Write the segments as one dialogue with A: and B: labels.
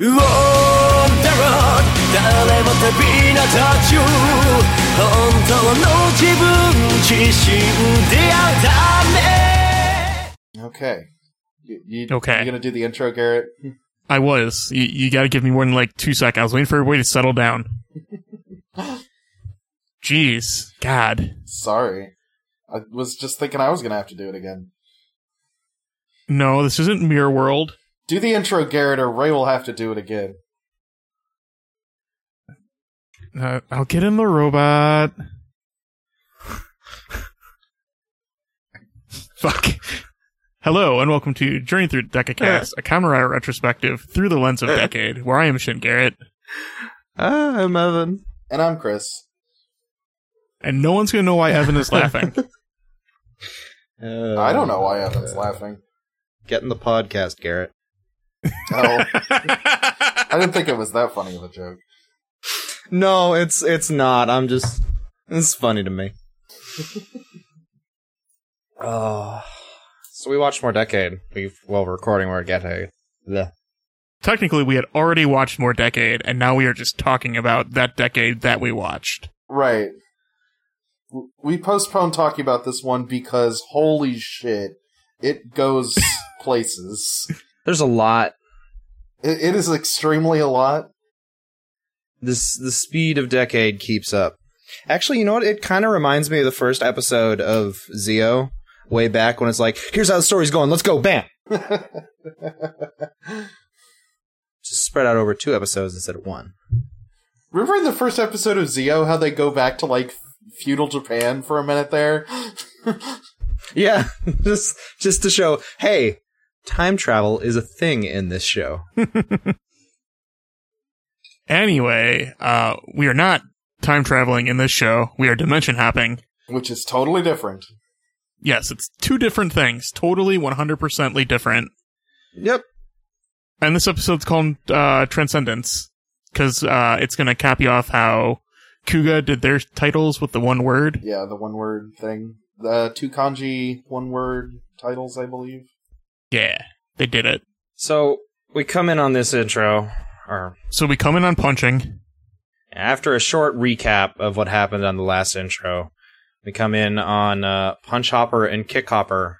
A: ウォンダロー誰も旅立たちゅ本当の自分自身であるため
B: Okay. You, you,
C: Okay.
B: You gonna do the intro, Garrett?
C: I was. You, you got to give me more than like two seconds. I was waiting for everybody to settle down. Jeez, God,
B: Sorry. I was just thinking I was gonna have to do it again.
C: no, this isn't Mirror World.
B: Do the intro, Garrett, or Ray will have to do it again.
C: Uh, I'll get in the robot. Fuck. Hello and welcome to Journey Through Decacast, a Kamurai retrospective through the lens of decade, where I am Shin Garrett,
D: Ah, I'm Evan.
B: And I'm Chris.
C: and no one's gonna know why Evan is laughing.
D: Uh,
B: I don't know why Evan's laughing.
D: Get in the podcast, Garrett.
B: Oh, I didn't think it was that funny of a joke.
D: No, it's it's not. I'm just. It's funny to me. uh,
B: Ah.
D: so we watched more Decade. We've well recording more Decade. The
C: Technically, we had already watched more decade, and now we are just talking about that decade that we watched.
B: Right. W- We postponed talking about this one because holy shit, it goes places.
D: there's a lot.
B: It, it is extremely a lot.
D: This the speed of Decade keeps up. Actually, you know what? It kind of reminds me of the first episode of Zio way back when it's like, here's how the story's going. Let's go, bam. Just spread out over two episodes instead of one.
B: Remember in the first episode of Zio how they go back to like feudal Japan for a minute there?
D: Yeah, just just to show, hey, time travel is a thing in this show.
C: Anyway, uh, we are not time traveling in this show. We are dimension hopping.
B: Which is totally different.
C: Yes, it's two different things, totally 100%ly different.
D: Yep.
C: And this episode's called uh, Transcendence because uh, it's going to copy off how Kuga did their titles with the one word.
B: Yeah, the one word thing. The two kanji one word titles, I believe.
C: Yeah, they did it.
D: So we come in on this intro, or
C: So we come in on punching.
D: after a short recap of what happened on the last intro, we come in on uh, Punch Hopper and Kick Hopper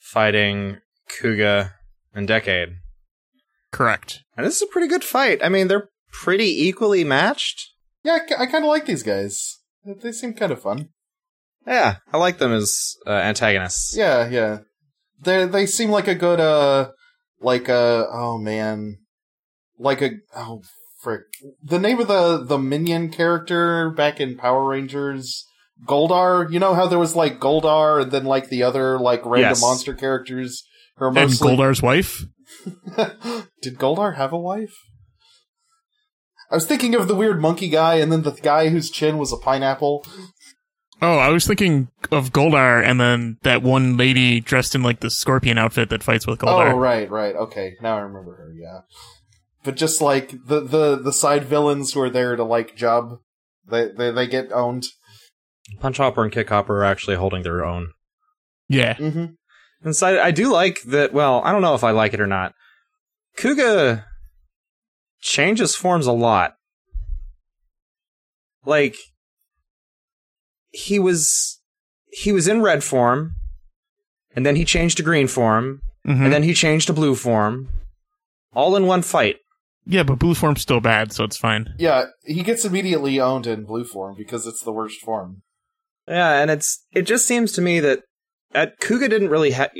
D: fighting Kuga and Decade,
C: Correct.
D: and this is a pretty good fight. I mean, they're pretty equally matched.
B: Yeah, I, kind of like these guys. They seem kind of fun.
D: Yeah, I like them as uh, antagonists.
B: Yeah, yeah. They they seem like a good uh like a oh man. Like a oh frick. The name of the the minion character back in Power Rangers Goldar, you know how there was like Goldar and then like the other like random
D: Yes.
B: monster characters who are
C: And
B: mostly
C: Goldar's wife?
B: Did Goldar have a wife? I was thinking of the weird monkey guy and then the guy whose chin was a pineapple.
C: Oh, I was thinking of Goldar and then that one lady dressed in like the scorpion outfit that fights with Goldar.
B: Oh right, right. Okay, now I remember her. Yeah, but just like the the the side villains who are there to like job, they they, they get owned.
D: Punch Hopper and Kick Hopper are actually holding their own.
C: Yeah.
B: Mm-hmm.
D: And so I, I do like that. Well, I don't know if I like it or not. Kuga changes forms a lot. Like he was he was in red form, and then he changed to green form,
C: Mhm.
D: and then he changed to blue form, all in one fight.
C: yeah, but blue form's still bad, so it's fine.
B: Yeah, he gets immediately owned in blue form because it's the worst form.
D: Yeah, and it's it just seems to me that at Kuga didn't really have,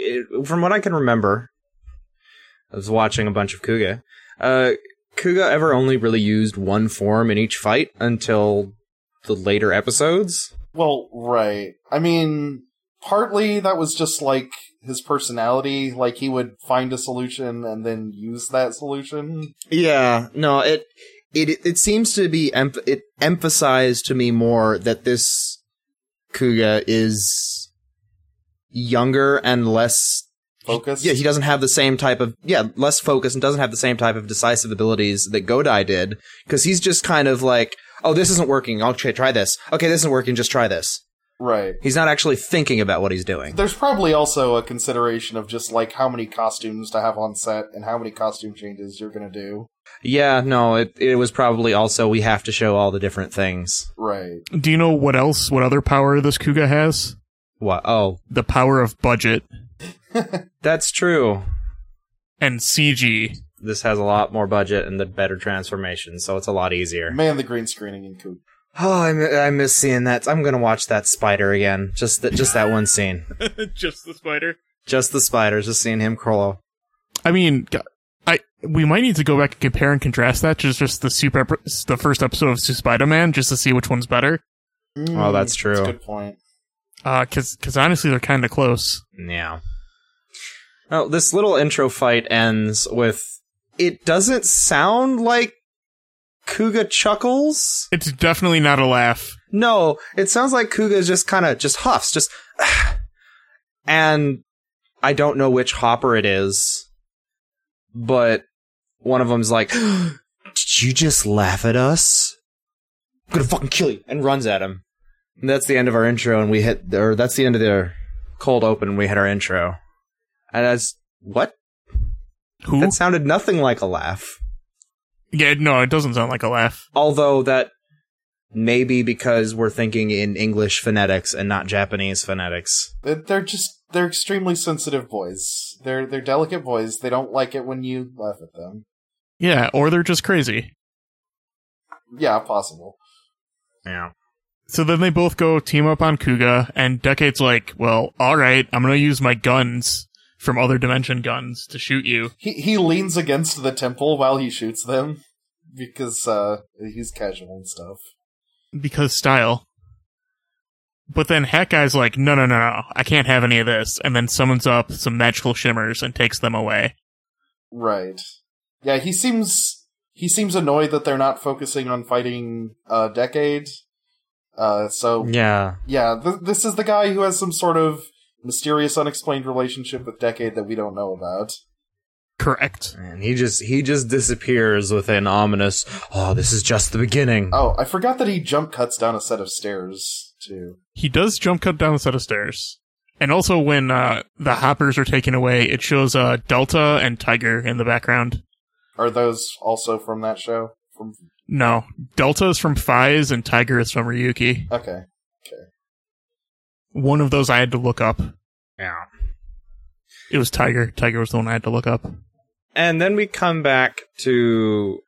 D: from what I can remember, I was watching a bunch of Kuga. Uh, Kuga ever only really used one form in each fight until the later episodes.
B: Well, right. I mean, partly that was just like his personality. Like he would find a solution and then use that solution.
D: Yeah, no, it it it seems to be emph- it emphasized to me more that this Kuga is younger and less
B: Focus.
D: Yeah, he doesn't have the same type of yeah, less focus and doesn't have the same type of decisive abilities that Godai did because he's just kind of like, oh, this isn't working. I'll try, try this. Okay, this isn't working. Just try this.
B: Right.
D: He's not actually thinking about what he's doing.
B: There's probably also a consideration of just like how many costumes to have on set and how many costume changes you're gonna do.
D: Yeah, no, it it was probably also we have to show all the different things.
B: Right.
C: Do you know what else, what other power this Kuga has?
D: What? Oh,
C: The power of budget
D: that's true.
C: and CG.
D: This has a lot more budget and the better transformation, so it's a lot easier.
B: Man, the green screening in Coop.
D: Oh, I, mi- I miss seeing that. I'm gonna watch that spider again. Just that, just that one scene.
C: Just the spider.
D: Just the spider. Just seeing him crawl.
C: I mean, g- I we might need to go back and compare and contrast that to just the super ep- the first episode of Spider Man just to see which one's better.
D: Oh, that's true.
B: Mm, That's a good point.
C: Because because honestly, they're kind of close.
D: Yeah. Oh, this little intro fight ends with it doesn't sound like Kuga chuckles.
C: It's definitely not a laugh.
D: No, it sounds like Kuga just kind of just huffs, just and I don't know which Hopper it is, but one of them's like, "Did you just laugh at us? I'm gonna fucking kill you!" and runs at him. And that's the end of our intro, and we hit, or that's the end of the cold open. We hit our intro, and as what
C: Who?
D: that sounded nothing like a laugh.
C: yeah, no, it doesn't sound like a laugh.
D: although that may be because we're thinking in English phonetics and not Japanese phonetics.
B: They're- They're just they're extremely sensitive boys. They're they're delicate boys. They don't like it when you laugh at them.
C: Yeah, or they're just crazy.
B: Yeah, possible.
D: Yeah.
C: So then they both go team up on Kuga, and Decade's like, "Well, all right, I'm gonna use my guns from other dimension guns to shoot you."
B: He he leans against the temple while he shoots them because uh he's casual and stuff.
C: because style. But then Hat Guy's like, no, no, no, no, I can't have any of this, and then summons up some magical shimmers and takes them away.
B: Right. Yeah, he seems he seems annoyed that they're not focusing on fighting uh decade. Uh so
D: Yeah.
B: yeah, th- this is the guy who has some sort of mysterious unexplained relationship with decade that we don't know about.
C: Correct.
D: And he just he just disappears with an ominous oh this is just the beginning.
B: Oh, I forgot that he jump cuts down a set of stairs too.
C: He does jump cut down a set of stairs. And also, when uh, the hoppers are taken away, it shows uh, Delta and Tiger in the background.
B: Are those also from that show? From
C: No, Delta is from Fize and Tiger is from Ryuki.
B: okay,
C: One of those I had to look up.
D: Yeah.
C: It was Tiger. Tiger was the one I had to look up.
D: And then we come back to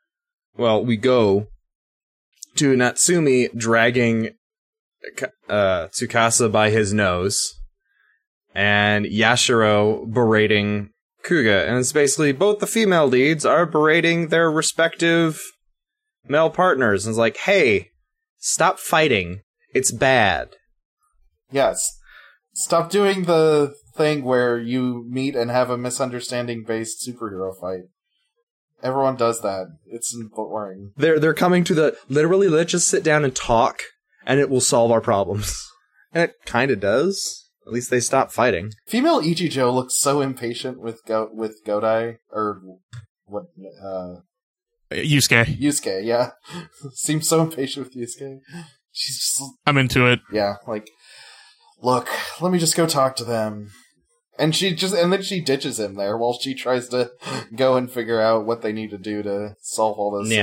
D: well, we go to Natsumi dragging uh, Tsukasa by his nose and Yashiro berating Kuga. And it's basically both the female leads are berating their respective male partners. And it's like, hey, stop fighting. It's bad.
B: yes. Stop doing the thing where you meet and have a misunderstanding based superhero fight. Everyone does that. It's boring.
D: They're, they're coming to the literally, let's just sit down and talk and it will solve our problems. And it kind of does. At least they stop fighting.
B: Female Ichijo looks so impatient with Go- with Godai or what uh
C: Uh, Yusuke,
B: Yusuke, yeah. Seems so impatient with Yusuke. She's just
C: I'm into it.
B: yeah, like look, let me just go talk to them. And she just and then she ditches him there while she tries to go and figure out what they need to do to solve all this.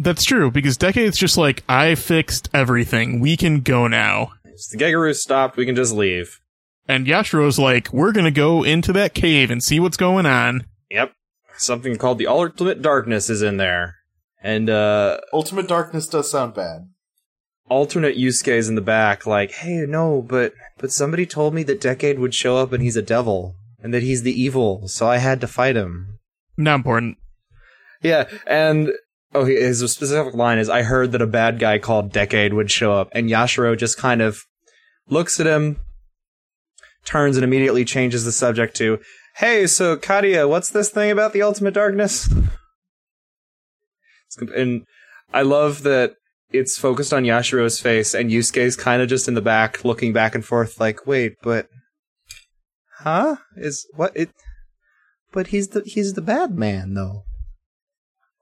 C: That's true, because Decade's just like, I fixed everything. We can go now.
D: If the Gegaroo stopped, we can just leave.
C: And Yashiro's like, we're gonna go into that cave and see what's going on.
D: Yep. Something called the Ultimate Darkness is in there. And uh
B: Ultimate Darkness does sound bad.
D: alternate Yusuke is in the back, like, hey, no, but but somebody told me that Decade would show up and he's a devil, and that he's the evil, so I had to fight him.
C: Not important.
D: Yeah, and oh he- his specific line is I heard that a bad guy called Decade would show up, and Yashiro just kind of looks at him, turns and immediately changes the subject to Hey, so Kadia, what's this thing about the Ultimate Darkness? It's com- And I love that it's focused on Yashiro's face, and Yusuke's kind of just in the back, looking back and forth, like, "Wait, but, huh? Is what it? But he's the he's the bad man, though.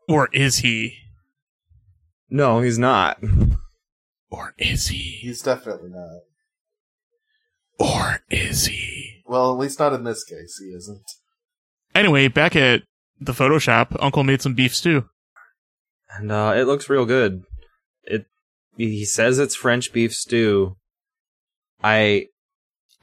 C: Or is he?
D: No, he's not.
C: Or is he?
B: He's definitely not.
C: Or is he?
B: Well, at least not in this case, he isn't.
C: Anyway, back at the Photoshop, Uncle made some beef stew.
D: and uh, it looks real good. It he says it's French beef stew. I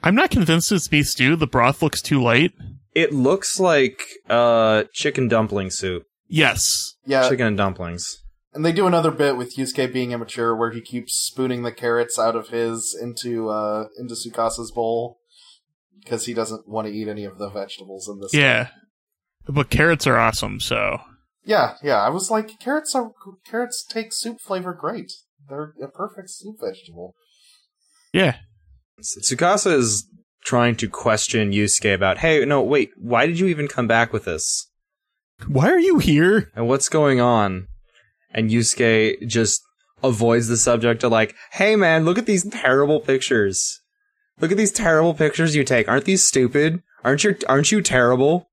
C: I'm not convinced it's beef stew. The broth looks too light.
D: it looks like uh chicken dumpling soup,
C: Yes.
B: Yeah,
D: chicken and dumplings.
B: and they do another bit with Yusuke being immature, where he keeps spooning the carrots out of his into uh into Sukasa's bowl because he doesn't want to eat any of the vegetables in this.
C: Yeah. But carrots are awesome, so.
B: yeah, yeah. I was like, carrots are carrots take soup flavor great. They're a perfect soup vegetable.
C: Yeah.
D: Tsukasa is trying to question Yusuke about, hey, no, wait, why did you even come back with this?
C: Why are you here?
D: And what's going on? And Yusuke just avoids the subject to like, hey man, look at these terrible pictures. Look at these terrible pictures you take. Aren't these stupid? Aren't you aren't you terrible?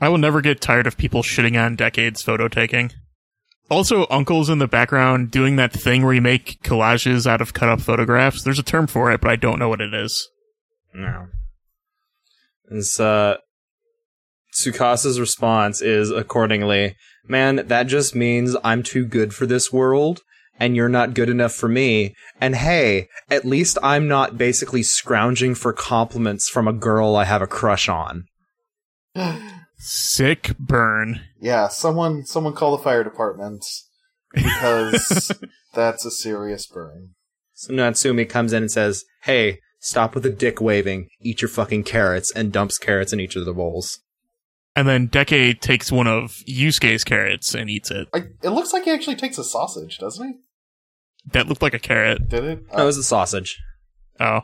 C: I will never get tired of people shitting on decades photo taking. Also, Uncle's in the background doing that thing where you make collages out of cut up photographs. There's a term for it, but I don't know what it is.
D: No. It's uh Tsukasa's response is accordingly, man, that just means I'm too good for this world and you're not good enough for me. And hey, at least I'm not basically scrounging for compliments from a girl I have a crush on.
C: Sick burn.
B: Yeah, someone someone call the fire department because that's a serious burn.
D: So Natsumi comes in and says, "Hey, stop with the dick waving. Eat your fucking carrots." And dumps carrots in each of the bowls.
C: And then Deke takes one of Yusuke's carrots and eats it.
B: I, it looks like he actually takes a sausage, doesn't
C: That looked like a carrot.
B: he? Did it?
D: No, it was a sausage.
C: Oh,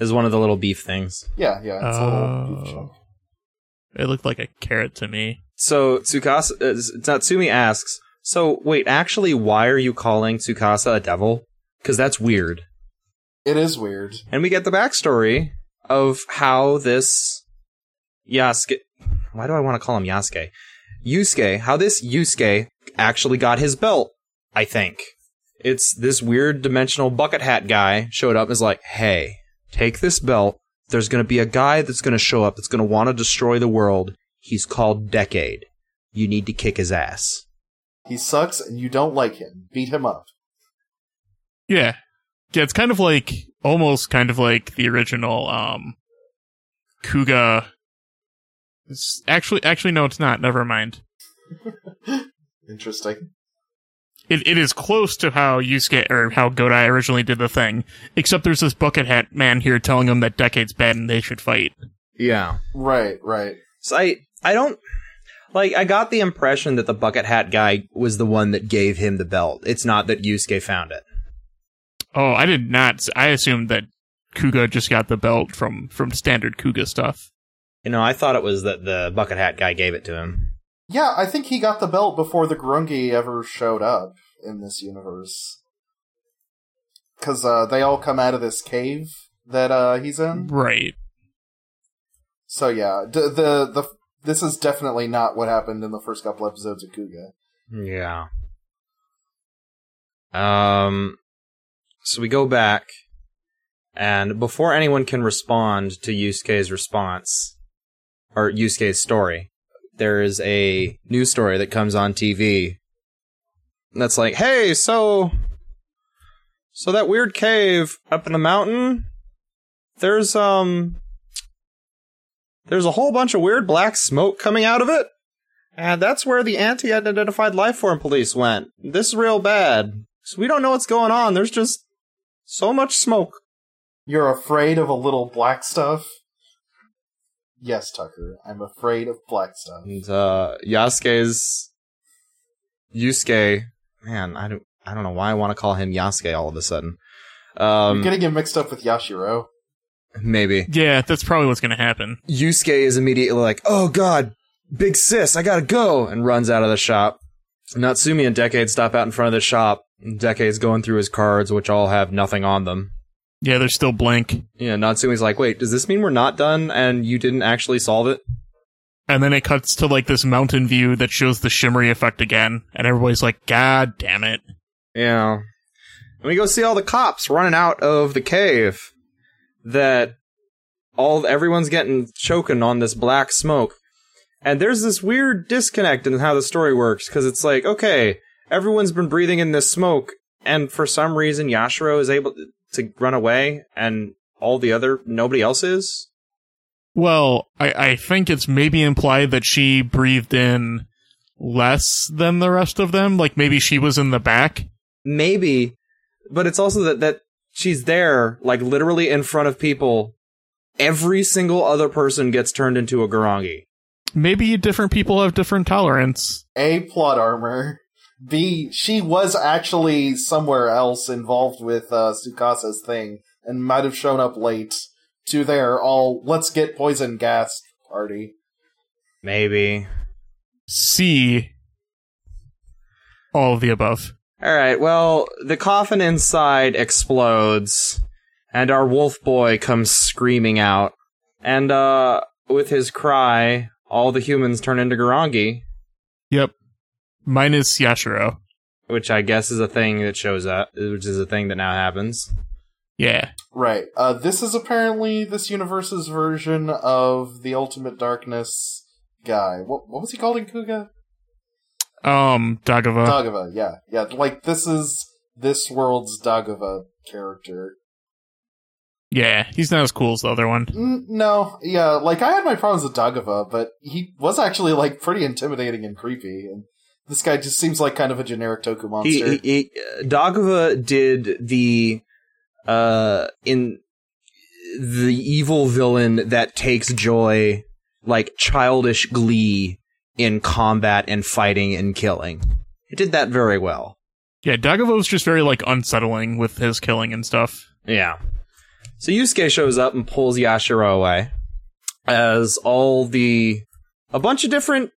D: Is one of the little beef things.
B: Uh, yeah, yeah. It's a little beef
C: Oh.
B: chunk.
C: it looked like a carrot to me.
D: So Tsukasa, uh, Natsumi asks, "So wait, actually, why are you calling Tsukasa a devil? Because that's weird."
B: It is weird.
D: And we get the backstory of how this Yasuke. Why do I want to call him Yasuke? Yusuke. How this Yusuke actually got his belt, I think. It's this weird dimensional bucket hat guy showed up and is like, hey, take this belt. There's going to be a guy that's going to show up that's going to want to destroy the world. He's called Decade. You need to kick his ass.
B: He sucks, and you don't like him. Beat him up.
C: Yeah. Yeah, it's kind of like almost kind of like the original um Kuga it's actually actually no it's not, never mind.
B: Interesting.
C: It it is close to how Yusuke or how Godai originally did the thing. Except there's this bucket hat man here telling them that decade's bad and they should fight.
D: Yeah.
B: Right, right.
D: So I I don't like I got the impression that the bucket hat guy was the one that gave him the belt. It's not that Yusuke found it.
C: Oh, I did not s- I assumed that Kuga just got the belt from from standard Kuga stuff.
D: You know, I thought it was that the bucket hat guy gave it to him.
B: Yeah, I think he got the belt before the Grungi ever showed up in this universe. Because uh, they all come out of this cave that uh, he's in.
C: Right.
B: So yeah, d- the the this is definitely not what happened in the first couple episodes of Kuga.
D: Yeah. Um so we go back and before anyone can respond to Yusuke's response or Yusuke's story, there is a news story that comes on TV that's like, "Hey, so so that weird cave up in the mountain, there's um there's a whole bunch of weird black smoke coming out of it. And that's where the anti-identified life form police went. This is real bad. So we don't know what's going on. There's just so much smoke.
B: You're afraid of a little black stuff. Yes, Tucker, I'm afraid of black stuff.
D: And uh Yasuke's Yusuke, man, I don't I don't know why I want to call him Yasuke all of a sudden. Um
B: You're getting him mixed up with Yashiro.
D: maybe.
C: Yeah, that's probably what's gonna happen.
D: Yusuke is immediately like, "Oh God, big sis, I gotta go!" and runs out of the shop. Natsumi and Decade stop out in front of the shop. Decade's going through his cards, which all have nothing on them.
C: Yeah, they're still blank.
D: Yeah, Natsumi's like, "Wait, does this mean we're not done and you didn't actually solve it?"
C: And then it cuts to like this mountain view that shows the shimmery effect again, and everybody's like, "God damn it!"
D: Yeah. And we go see all the cops running out of the cave that all everyone's getting choking on this black smoke. And there's this weird disconnect in how the story works because it's like, okay, everyone's been breathing in this smoke, and for some reason Yashiro is able to run away, and all the other nobody else is.
C: Well, I, I think it's maybe implied that she breathed in less than the rest of them. Like maybe she was in the back.
D: Maybe, but it's also that that she's there, like literally in front of people. Every single other person gets turned into a Garangi.
C: Maybe different people have different tolerance.
B: A plot armor. B she was actually somewhere else involved with uh, Sukasa's thing and might have shown up late to their all let's get poison gas party.
D: Maybe.
C: C. All of the above.
D: All right. Well, the coffin inside explodes, and our wolf boy comes screaming out. And uh, with his cry, all the humans turn into Garangi,
C: Yep. Minus Yashiro.
D: which I guess is a thing that shows up, which is a thing that now happens.
C: Yeah.
B: Right. Uh, this is apparently this universe's version of the Ultimate Darkness guy. What what was he called in Kuga?
C: Um, Dagava.
B: Dagava. Yeah, yeah. Like this is this world's Dagava character.
C: yeah, he's not as cool as the other one.
B: Mm, no, yeah. Like I had my problems with Dagava, but he was actually like pretty intimidating and creepy. And this guy just seems like kind of a generic Toku
D: He,
B: monster.
D: he, he, Dagava did the uh in the evil villain that takes joy like childish glee in combat and fighting and killing. He did that very well.
C: Yeah, Dagava was just very like unsettling with his killing and stuff.
D: Yeah. So Yusuke shows up and pulls Yashiro away as all the a bunch of different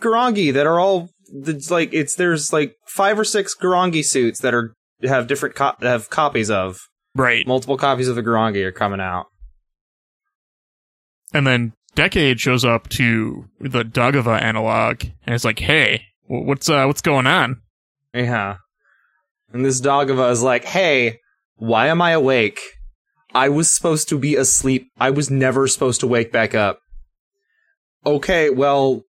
D: Garangi that are all it's like it's there's like five or six Garangi suits that are have different co- have copies of
C: Right.
D: multiple copies of the Garangi are coming out.
C: And then Decade shows up to the Dagava analog and is like, "Hey, wh- what's uh, what's going on?"
D: Yeah. And this Dagava is like, hey, why am I awake? I was supposed to be asleep. I was never supposed to wake back up. Okay, well,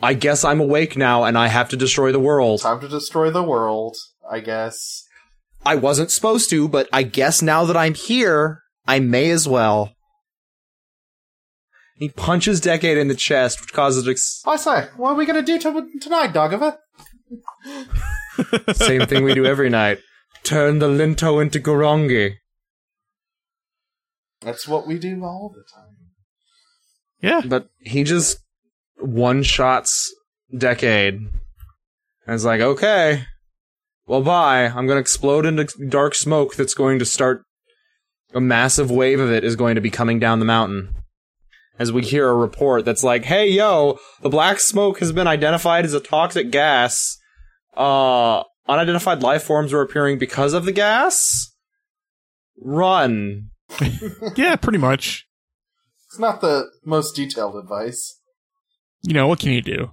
D: I guess I'm awake now and I have to destroy the world.
B: Time to destroy the world, I guess.
D: I wasn't supposed to, but I guess now that I'm here, I may as well. He punches Decade in the chest, which causes ex-
B: Oh, I say, what are we gonna do to- tonight, Dagava?
D: same thing we do every night. Turn the Linto into Gorongi.
B: That's what we do all the time.
C: Yeah.
D: but he just one shots decade and it's like okay well bye i'm gonna explode into dark smoke that's going to start a massive wave of it is going to be coming down the mountain as we hear a report that's like hey yo the black smoke has been identified as a toxic gas uh unidentified life forms are appearing because of the gas run
C: Yeah, pretty much.
B: It's not the most detailed advice.
C: You know, what can you do?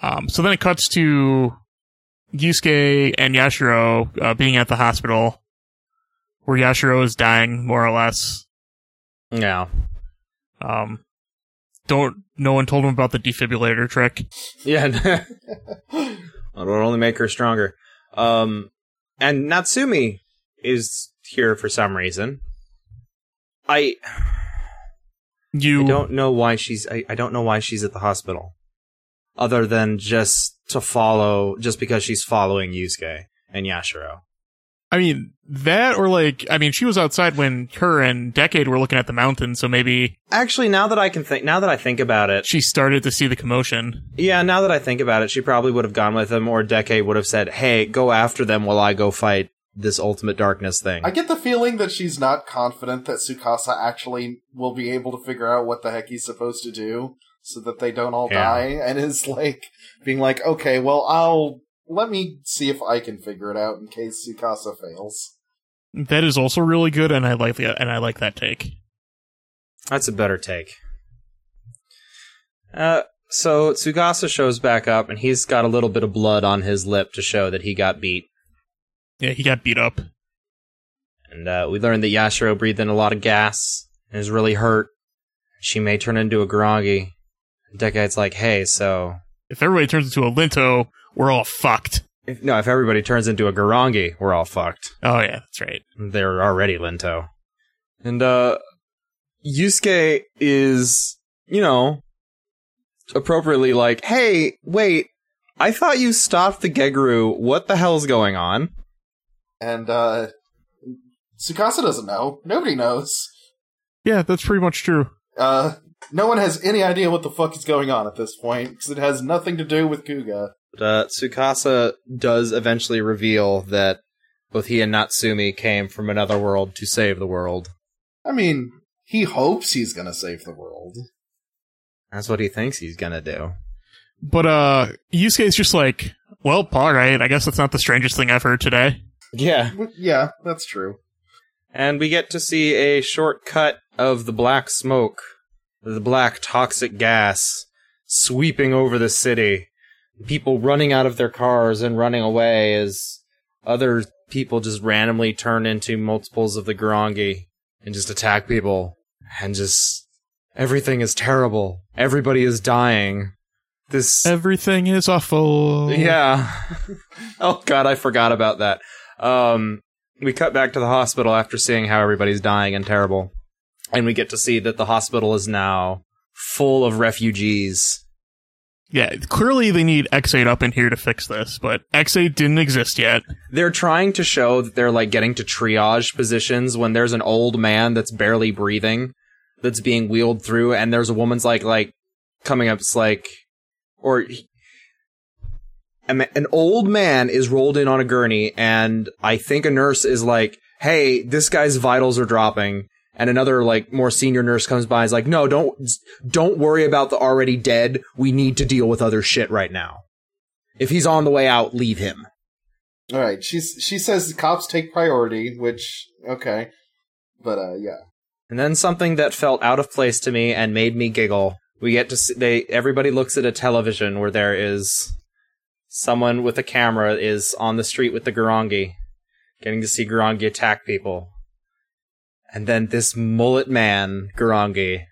C: Um, so then it cuts to Yusuke and Yashiro uh, being at the hospital where Yashiro is dying more or less.
D: yeah
C: Um, don't no one told him about the defibrillator trick.
D: Yeah. It'll only make her stronger. Um, and Natsumi is here for some reason. I, I
C: You
D: don't know why she's I, I don't know why she's at the hospital. Other than just to follow just because she's following Yusuke and Yashiro.
C: I mean that or like I mean she was outside when her and Decade were looking at the mountain, so maybe
D: Actually, now that I can think now that I think about it,
C: she started to see the commotion.
D: yeah, now that I think about it, she probably would have gone with him or Deke would have said, "Hey, go after them while I go fight this ultimate darkness thing."
B: I get the feeling that she's not confident that Sukasa actually will be able to figure out what the heck he's supposed to do so that they don't all
D: Yeah.
B: die and is like being like, okay, well, I'll let me see if I can figure it out in case Sukasa fails.
C: That is also really good, and I like the and I like that take.
D: That's a better take. Uh, so Tsugasa shows back up, and he's got a little bit of blood on his lip to show that he got beat.
C: Yeah, he got beat up.
D: And uh, we learned that Yashiro breathed in a lot of gas, and is really hurt. She may turn into a Garangi. Decade's like, hey, so
C: If everybody turns into a Linto, we're all fucked.
D: if, no, if everybody turns into a Garangi, we're all fucked.
C: Oh yeah, that's right.
D: They're already Linto. And uh Yusuke is, you know, appropriately like, "Hey, wait. I thought you stopped the Gegru. What the hell's going on?"
B: And uh Tsukasa doesn't know. Nobody knows.
C: Yeah, that's pretty much true.
B: Uh no one has any idea what the fuck is going on at this point because it has nothing to do with Kuga.
D: uh, Tsukasa does eventually reveal that both he and Natsumi came from another world to save the world.
B: I mean, he hopes he's going to save the world.
D: That's what he thinks he's gonna do.
C: But uh Yusuke is just like, well, all right. I guess that's not the strangest thing I've heard today.
D: Yeah.
B: But yeah, that's true.
D: And we get to see a short cut of the black smoke, the black toxic gas sweeping over the city. People running out of their cars and running away as other people just randomly turn into multiples of the Garangi and just attack people. And just everything is terrible. Everybody is dying. This
C: Everything is awful.
D: yeah. oh god, I forgot about that. Um we cut back to the hospital after seeing how everybody's dying and terrible. And we get to see that the hospital is now full of refugees.
C: yeah. Clearly, they need X8 up in here to fix this, but X8 didn't exist yet.
D: They're trying to show that they're like getting to triage positions when there's an old man that's barely breathing that's being wheeled through and there's a woman's like like coming up it's like or he- a ma- an old man is rolled in on a gurney and I think a nurse is like, "Hey, this guy's vitals are dropping." And another like more senior nurse comes by and is like, "No, don't don't worry about the already dead. We need to deal with other shit right now. If he's on the way out, leave him."
B: All right, she's she says the cops take priority, which okay. But uh yeah.
D: And then something that felt out of place to me and made me giggle. We get to see they everybody looks at a television where there is someone with a camera is on the street with the Garangi, getting to see Garangi attack people. And then this mullet man, Garangi,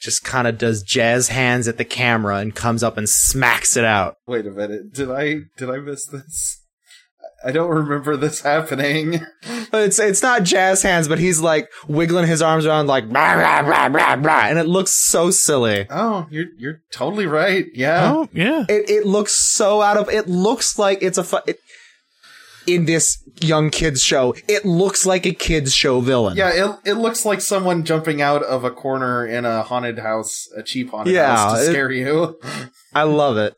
D: just kind of does jazz hands at the camera and comes up and smacks it out.
B: Wait a minute. Did I did I miss this? I don't remember this happening.
D: It's it's not jazz hands, but he's like wiggling his arms around like rah, rah, rah, rah, rah, and it looks so silly.
B: Oh, you're you're totally right. Yeah.
C: Oh yeah.
D: It it looks so out of. It looks like it's a. Fu- it, in this young kids show, it looks like a kids show villain.
B: Yeah, it it looks like someone jumping out of a corner in a haunted house, a cheap haunted
D: Yeah,
B: house to
D: it-
B: scare you.
D: I love it.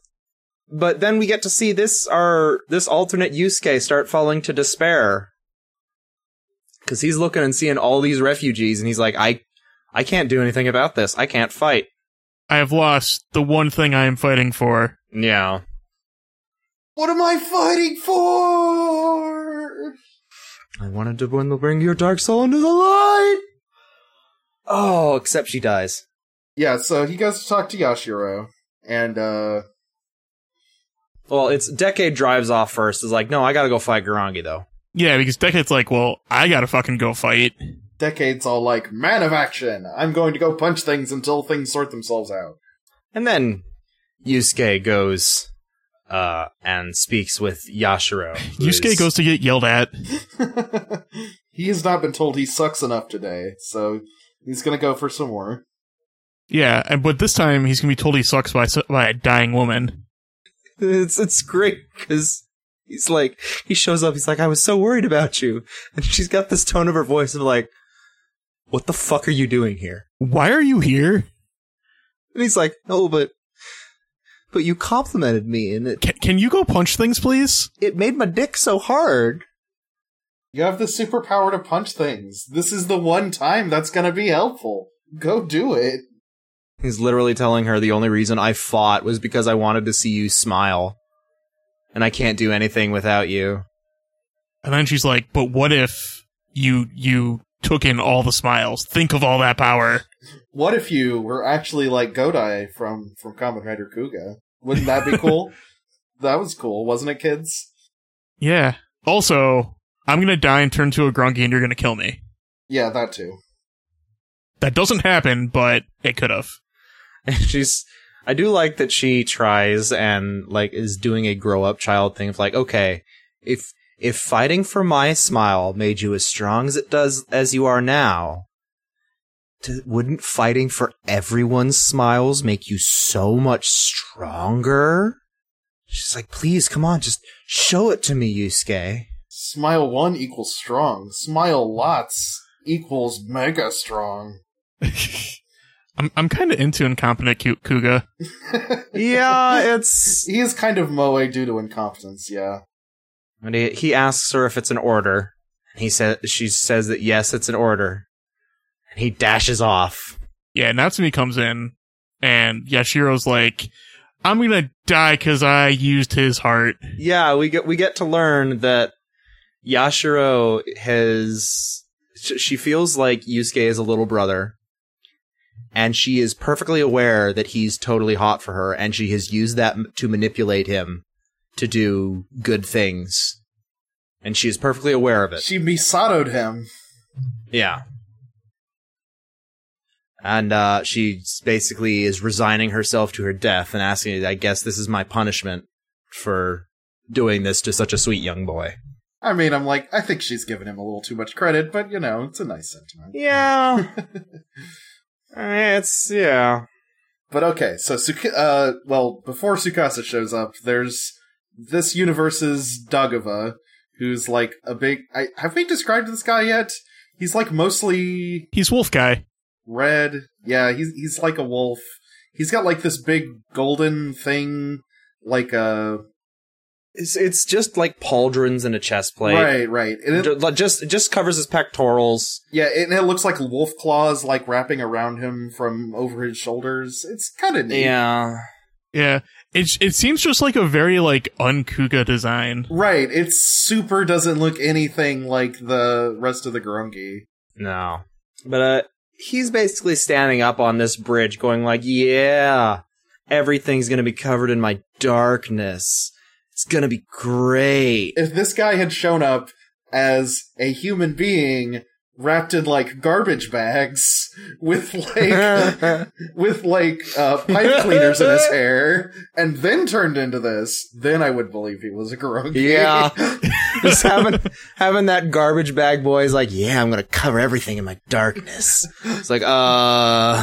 D: But then we get to see this our this alternate Yusuke start falling to despair because he's looking and seeing all these refugees, and he's like, I, I can't do anything about this. I can't fight.
C: I have lost the one thing I am fighting for.
D: Yeah.
B: What am I fighting for?
D: I wanted to win the bring your dark soul into the light. Oh, except she dies.
B: Yeah, so he goes to talk to Yashiro and uh
D: Well, it's Decade drives off first. Is like, no, I gotta go fight Garangi though.
C: Yeah, because Decade's like, well, I gotta fucking go fight.
B: Decade's all like, man of action, I'm going to go punch things until things sort themselves out.
D: And then Yusuke goes uh, and speaks with Yashiro. who
C: Yusuke
D: is-
C: goes to get yelled at.
B: he has not been told he sucks enough today, so he's gonna go for some more.
C: Yeah, and but this time he's gonna be told he sucks by so- by a dying woman.
D: It's it's great because he's like he shows up. He's like, I was so worried about you, and she's got this tone of her voice of like, what the fuck are you doing here?
C: Why are you here?
D: And he's like, oh, but but you complimented me, and it
C: Can, can you go punch things, please?
D: it made my dick so hard.
B: You have the superpower to punch things. This is the one time that's gonna be helpful. Go do it.
D: He's literally telling her the only reason I fought was because I wanted to see you smile. And I can't do anything without you.
C: And then she's like, but what if you you took in all the smiles? Think of all that power.
B: What if you were actually like Godai from from Kamen Rider Kuga? Wouldn't that be cool? that was cool, wasn't it, kids?
C: Yeah. Also, I'm gonna die and turn to a grungy, and you're gonna kill me.
B: Yeah, that too.
C: That doesn't happen, but it could have.
D: she's I do like that she tries and like is doing a grow up child thing of like, okay, if if fighting for my smile made you as strong as it does as you are now, t- wouldn't fighting for everyone's smiles make you so much stronger? She's like, please, come on, just show it to me, Yusuke.
B: Smile one equals strong. Smile lots equals mega strong.
C: I'm I'm kind of into incompetent Ku- Kuga.
D: yeah, it's
B: He is kind of moe due to incompetence. Yeah.
D: And he, he asks her if it's an order. And he says she says that yes, it's an order. And he dashes off.
C: Yeah, Natsumi comes in, and Yashiro's like, "I'm gonna die because I used his heart."
D: Yeah, we get we get to learn that Yashiro has sh- she feels like Yusuke is a little brother. And she is perfectly aware that he's totally hot for her and she has used that m- to manipulate him to do good things. And she is perfectly aware of it.
B: She misatoed him.
D: Yeah. And uh, she basically is resigning herself to her death and asking, I guess this is my punishment for doing this to such a sweet young boy.
B: I mean, I'm like, I think she's giving him a little too much credit, but you know, it's a nice sentiment.
D: Yeah. Uh, it's, yeah.
B: But okay, so Suka- uh, well, before Sukasa shows up, there's this universe's Dagova, who's like a big. I, have we described this guy yet? He's like mostly
C: He's Wolf Guy.
B: red. Yeah, he's he's like a wolf. He's got like this big golden thing, like uh, a
D: It's, it's just like pauldrons in a chest plate.
B: right, right. And it,
D: Ju- like, Just, it just covers his pectorals.
B: yeah, and it looks like wolf claws like wrapping around him from over his shoulders. It's kind of neat.
D: Yeah.
C: Yeah, it it seems just like a very like unkuga design.
B: Right, it super doesn't look anything like the rest of the Gurungi.
D: No. But uh he's basically standing up on this bridge going like, "Yeah, everything's going to be covered in my darkness. It's going to be great."
B: If this guy had shown up as a human being wrapped in like garbage bags with like with like uh, pipe cleaners in his hair and then turned into this, then I would believe he was a Gurungi.
D: yeah. Just having having that garbage bag boy is like, "Yeah, I'm going to cover everything in my darkness." It's like, "Uh,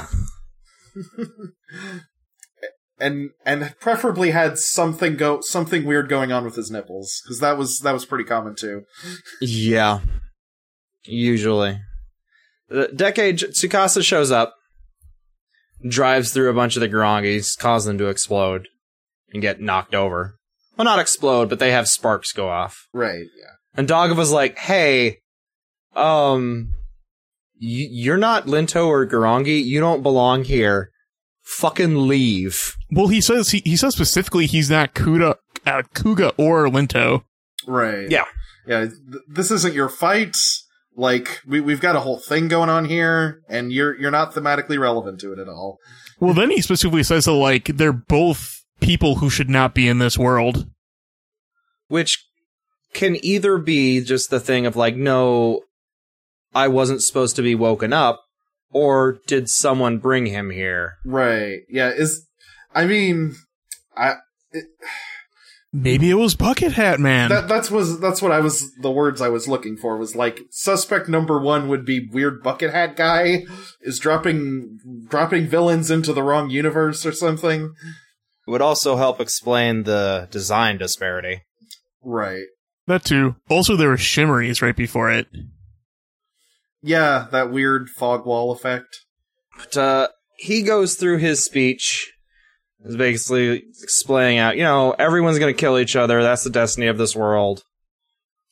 B: And and preferably had something go something weird going on with his nipples because that was that was pretty common too.
D: yeah. Usually." The decade Tsukasa shows up, drives through a bunch of the Garongis, causes them to explode and get knocked over. Well, not explode, but they have sparks go off.
B: Right. Yeah.
D: And Dagava's like, hey, um, y- you're not Linto or Garangi. You don't belong here. Fucking leave.
C: Well, he says he, he says specifically he's not Kuda, uh, Kuga or Linto.
B: Right.
D: Yeah.
B: Yeah. th- this isn't your fight. Like we we've got a whole thing going on here, and you're you're not thematically relevant to it at all.
C: Well, then he specifically says that like they're both people who should not be in this world.
D: Which can either be just the thing of like, no, I wasn't supposed to be woken up, or did someone bring him here?
B: Right. Yeah. Is I mean, I
C: Maybe it was Bucket Hat Man.
B: that that's was that's what I was the words I was looking for was like suspect number one would be weird bucket hat guy is dropping dropping villains into the wrong universe or something.
D: It would also help explain the design disparity.
B: Right.
C: that too. Also, there were shimmeries right before it.
B: Yeah. That weird fog wall effect.
D: But uh, he goes through his speech, is basically explaining out, you know, everyone's gonna kill each other. That's the destiny of this world.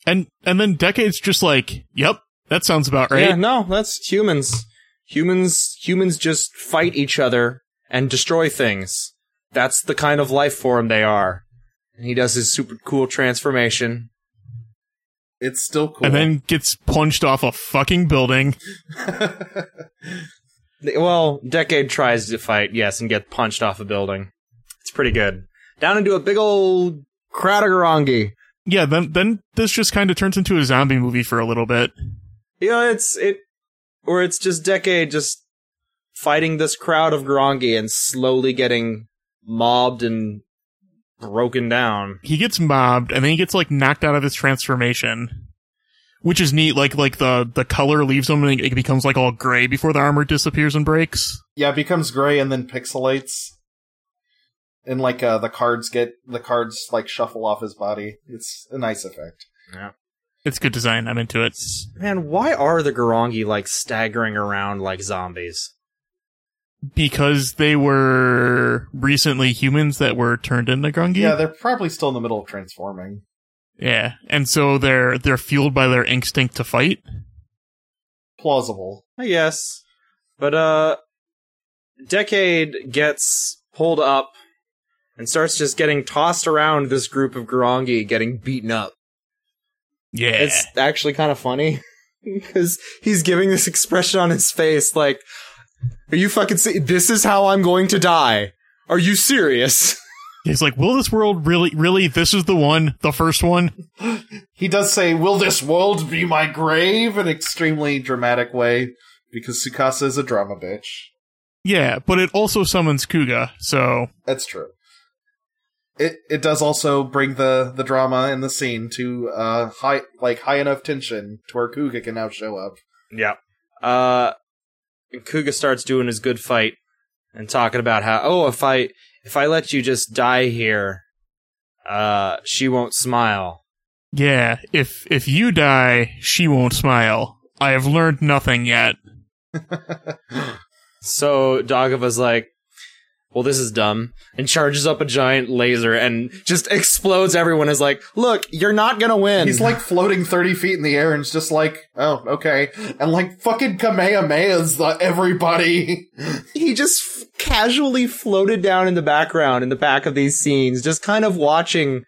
C: And and then Decade's just like, "Yep, that sounds about right."
D: Yeah, no, that's humans. Humans, humans just fight each other and destroy things. That's the kind of life form they are. And he does his super cool transformation.
B: It's still cool.
C: And then gets punched off a fucking building.
D: Well, Decade tries to fight, yes, and get punched off a building. It's pretty good. Down into a big old crowd of Garangi.
C: Yeah, then then this just kind of turns into a zombie movie for a little bit.
D: Yeah, it's it, or it's just decade just fighting this crowd of Grongi and slowly getting mobbed and broken down.
C: he gets mobbed and then he gets like knocked out of his transformation which is neat like like the the color leaves him and it becomes like all gray before the armor disappears and breaks
B: Yeah, it becomes gray and then pixelates. And like uh, the cards get the cards like shuffle off his body. It's a nice effect.
C: it's good design i'm into it
D: Man, why are the Gorongi like staggering around like zombies?
C: because they were recently humans that were turned into grungi
B: Yeah, they're probably still in the middle of transforming.
C: Yeah. and so they're they're fueled by their instinct to fight
B: Plausible.
D: I guess. But uh Decade gets pulled up and starts just getting tossed around this group of Gorongi getting beaten up.
C: yeah
D: It's actually kind of funny because he's giving this expression on his face like, Are you fucking se- This is how I'm going to die. Are you serious?
C: he's like will this world really really this is the one the first one
B: He does say, "Will this world be my grave?" in an extremely dramatic way because Sukasa is a drama bitch.
C: yeah but it also summons kuga so
B: That's true. It it does also bring the the drama and the scene to uh high like high enough tension to where Kuga can now show up.
D: Yeah. Uh, and Kuga starts doing his good fight and talking about how, oh, if I if I let you just die here, uh, she won't smile.
C: Yeah, if if you die, she won't smile. I have learned nothing yet.
D: So Dagava's like, well, this is dumb, and charges up a giant laser and just explodes everyone. Is like, look, you're not gonna win.
B: He's like floating 30 feet in the air and is just like, oh, okay. And like fucking Kamehameha's the everybody.
D: he just f- casually floated down in the background in the back of these scenes, just kind of watching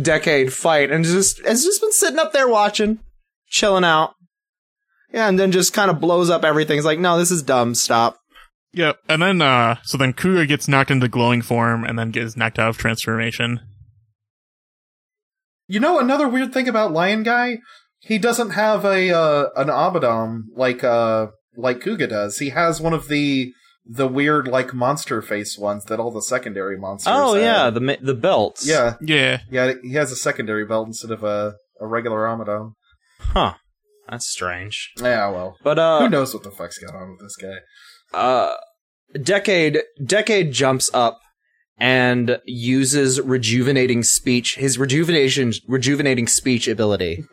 D: Decade fight and just has just been sitting up there watching, chilling out. Yeah, and then just kind of blows up everything. He's like, no, this is dumb. Stop.
C: Yep. And then uh so then Kuga gets knocked into glowing form and then gets knocked out of transformation.
B: You know another weird thing about Lion Guy? He doesn't have a uh an Abadam like uh like Kuga does. He has one of the the weird like monster face ones that all the secondary monsters have.
D: Oh, the ma- the belt.
B: Yeah.
C: Yeah.
B: Yeah, he has a secondary belt instead of a, a regular Amadon.
D: Huh. That's strange.
B: Yeah, well.
D: But
B: Who
D: uh,
B: knows what the fuck's going on with this guy?
D: uh, Decade Decade jumps up and uses rejuvenating speech, his rejuvenation rejuvenating speech ability,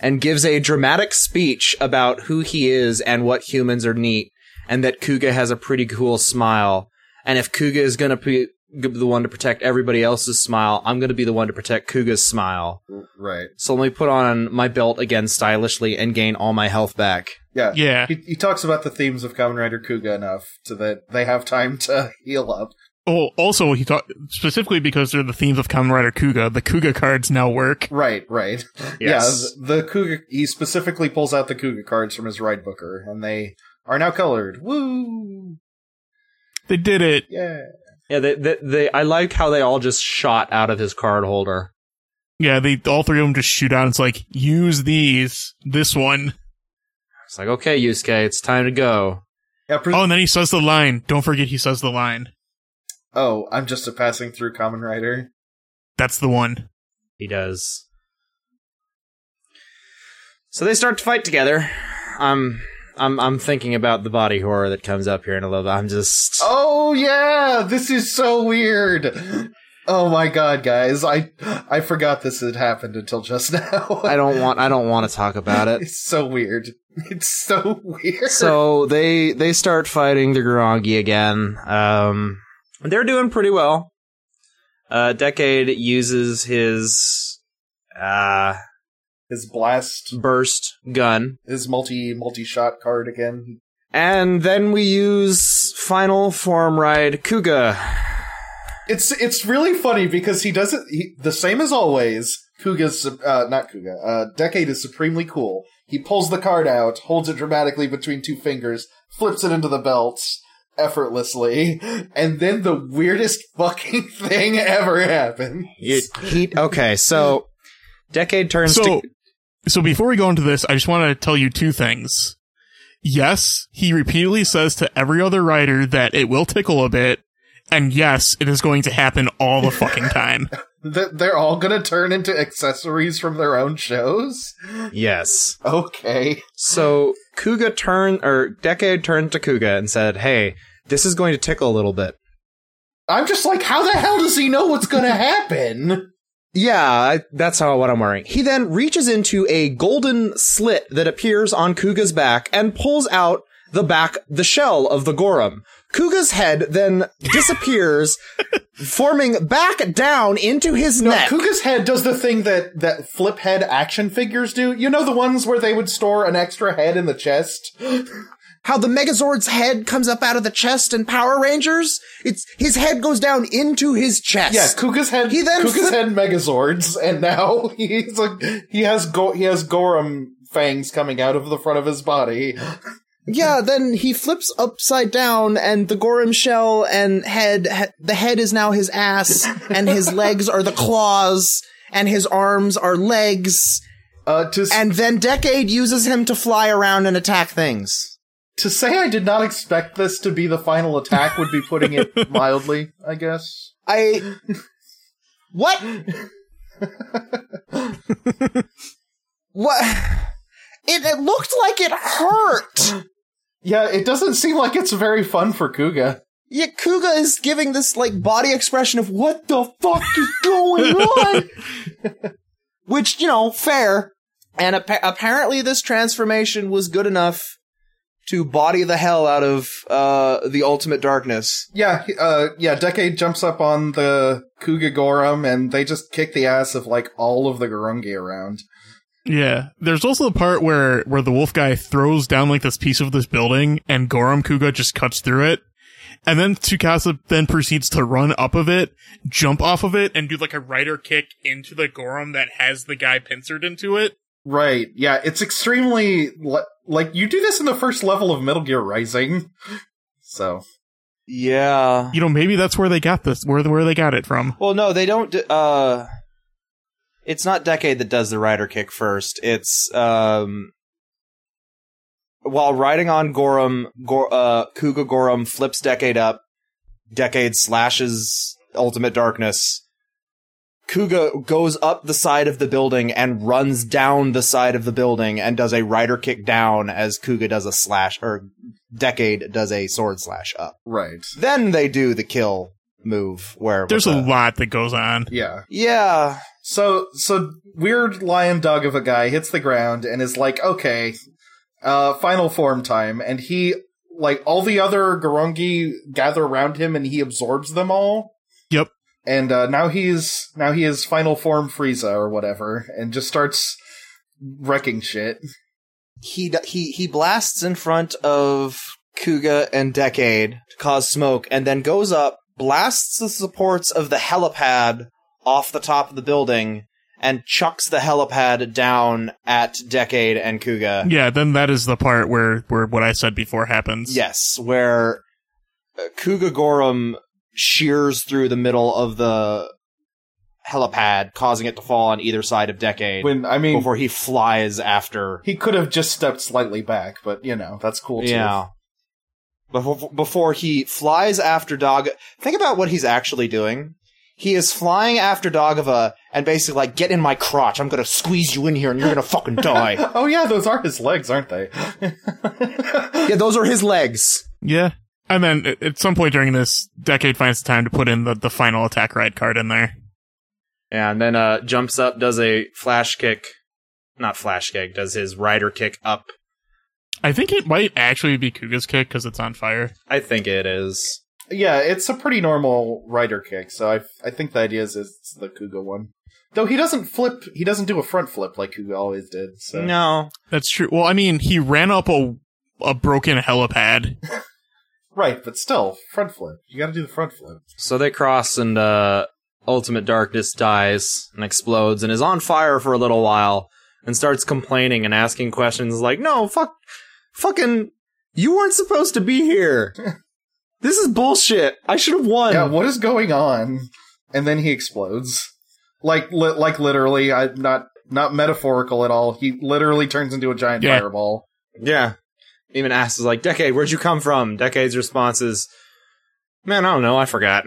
D: and gives a dramatic speech about who he is and what humans are neat, and that Kuga has a pretty cool smile, and if Kuga is gonna be be the one to protect everybody else's smile, I'm gonna be the one to protect Kuga's smile.
B: Right.
D: So let me put on my belt again stylishly and gain all my health back.
B: Yeah.
C: Yeah.
B: He, he talks about the themes of Kamen Rider Kuga enough so that they have time to heal up.
C: Oh, also he talked specifically because they're the themes of Kamen Rider Kuga. The Kuga cards now work.
B: Right, right.
D: Yes.
B: Yeah, the, the Kuga, he specifically pulls out the Kuga cards from his ride booker, and they are now colored. Woo!
C: They did it.
B: Yeah.
D: Yeah, they, they, they, I like how they all just shot out of his card holder.
C: Yeah, they all three of them just shoot out. It's like use these. This one.
D: It's like, okay, Yusuke, it's time to go.
B: Yeah, pres-
C: Oh,
B: oh.
C: and then he says the line. Don't forget he says the line.
B: Oh, I'm just a passing through Kamen Rider.
C: That's the one.
D: He does. So they start to fight together. I'm, I'm, I'm thinking about the body horror that comes up here in a little bit. I'm just,
B: Oh yeah, this is so weird. Oh my god, guys, I I forgot this had happened until just now.
D: I don't want, I don't want to talk about it.
B: It's so weird. It's so weird.
D: so they, they start fighting the Gorongi again. Um, they're doing pretty well. Uh, Decade uses his, uh,
B: his blast,
D: burst gun.
B: his multi multi shot card again.
D: And then we use final form ride Kuga.
B: It's it's really funny because he does it he, the same as always. Kuga's su- uh, not Kuga. Uh, Decade is supremely cool. He pulls the card out, holds it dramatically between two fingers, flips it into the belt effortlessly, and then the weirdest fucking thing ever happened.
D: He okay, so Decade turns
C: So,
D: to
C: so before we go into this, I just want to tell you two things. yes, he repeatedly says to every other writer that it will tickle a bit, and yes, it is going to happen all the fucking time.
B: Th- they're all gonna turn into accessories from their own shows?
D: Yes.
B: Okay.
D: So Kuga turned, or Decade turned to Kuga and said, "Hey, this is going to tickle a little bit."
B: I'm just like, how the hell does he know what's gonna happen?
D: Yeah, I, that's how what I'm wearing. He then reaches into a golden slit that appears on Kuga's back and pulls out the back, the shell of the Gorham. Kuga's head then disappears, forming back down into his neck.
B: Kuga's head does the thing that, that flip head action figures do. You know the ones where they would store an extra head in the chest?
D: how the Megazord's head comes up out of the chest in Power Rangers? It's his head goes down into his chest.
B: Yeah, Kuga's head.
D: He then
B: Kuga's
D: flip-
B: head Megazords, and now he's like he has go he has Gorham fangs coming out of the front of his body.
D: Yeah, then he flips upside down, and the Gorham shell and head, he- the head is now his ass, and his legs are the claws, and his arms are legs,
B: Uh, to s-
D: and then Decade uses him to fly around and attack things.
B: to say I did not expect this to be the final attack would be putting it mildly, I guess.
D: I. What? what? It, it looked like it hurt!
B: Yeah, it doesn't seem like it's very fun for Kuga.
D: Yeah, Kuga is giving this like body expression of what the fuck is going on, which you know, fair. And appa- apparently, this transformation was good enough to body the hell out of uh, the Ultimate Darkness.
B: Yeah, he- uh, yeah. Decade jumps up on the Kuga Gorham, and they just kick the ass of like all of the Gorungi around.
C: Yeah. There's also the part where, where the wolf guy throws down like this piece of this building and Gorum Kuga just cuts through it. And then Tsukasa then proceeds to run up of it, jump off of it, and do like a rider kick into the Gorum that has the guy pincered into it.
B: Right. Yeah, it's extremely li- like you do this in the first level of Metal Gear Rising. So,
D: Yeah.
C: You know, maybe that's where they got this, where, where they got it from.
D: Well, no, they don't. Uh, it's not Decade that does the rider kick first. It's um, while riding on Gorum, Gor- uh, Kuga Gorum flips Decade up. Decade slashes Ultimate Darkness. Kuga goes up the side of the building and runs down the side of the building and does a rider kick down as Kuga does a slash or Decade does a sword slash up.
B: right.
D: Then they do the kill move where
C: There's a
D: with the-
C: lot that goes on.
B: Yeah.
D: yeah.
B: So, so weird lion dog of a guy hits the ground and is like, "Okay, uh final form time." And he like all the other Gorungi gather around him and he absorbs them all.
C: Yep.
B: And uh now he's now he is final form Frieza or whatever and just starts wrecking shit.
D: He d- he he blasts in front of Kuga and Decade to cause smoke and then goes up, blasts the supports of the helipad off the top of the building and chucks the helipad down at Decade and Kuga.
C: Yeah, then that is the part where, where what I said before happens.
D: Yes, where uh, Kuga Gorum shears through the middle of the helipad causing it to fall on either side of Decade
B: When I mean
D: before he flies after
B: He could have just stepped slightly back, but you know, that's cool too.
D: Yeah. Before, before he flies after Dog, think about what he's actually doing. He is flying after Dagova and basically like, get in my crotch. I'm gonna squeeze you in here and you're gonna fucking die.
B: Oh yeah, those are his legs, aren't they?
D: yeah, those are his legs.
C: Yeah. And then at- at some point during this, Decade finds the time to put in the, the final attack ride card in there.
E: And then uh, jumps up, does a flash kick, not flash kick, does his rider kick up.
C: I think it might actually be Kuga's kick because it's on fire.
E: I think it is.
B: yeah, it's a pretty normal rider kick, so I I think the idea is it's the Kuga one. Though he doesn't flip, he doesn't do a front flip like Kuga always did. So
D: No.
C: That's true. Well, I mean, he ran up a a broken helipad.
B: right, but still front flip. You got to do the front flip.
E: So they cross, and uh, Ultimate Darkness dies and explodes and is on fire for a little while and starts complaining and asking questions like, no, fuck, fucking, you weren't supposed to be here. This is bullshit. I should have won.
B: Yeah, what is going on? And then he explodes, like li- like literally. I'm not not metaphorical at all. He literally turns into a giant
C: Yeah.
B: fireball.
D: Yeah. even asks like, "Decade, where'd you come from?" Decade's response is, "Man, I don't know. I forgot."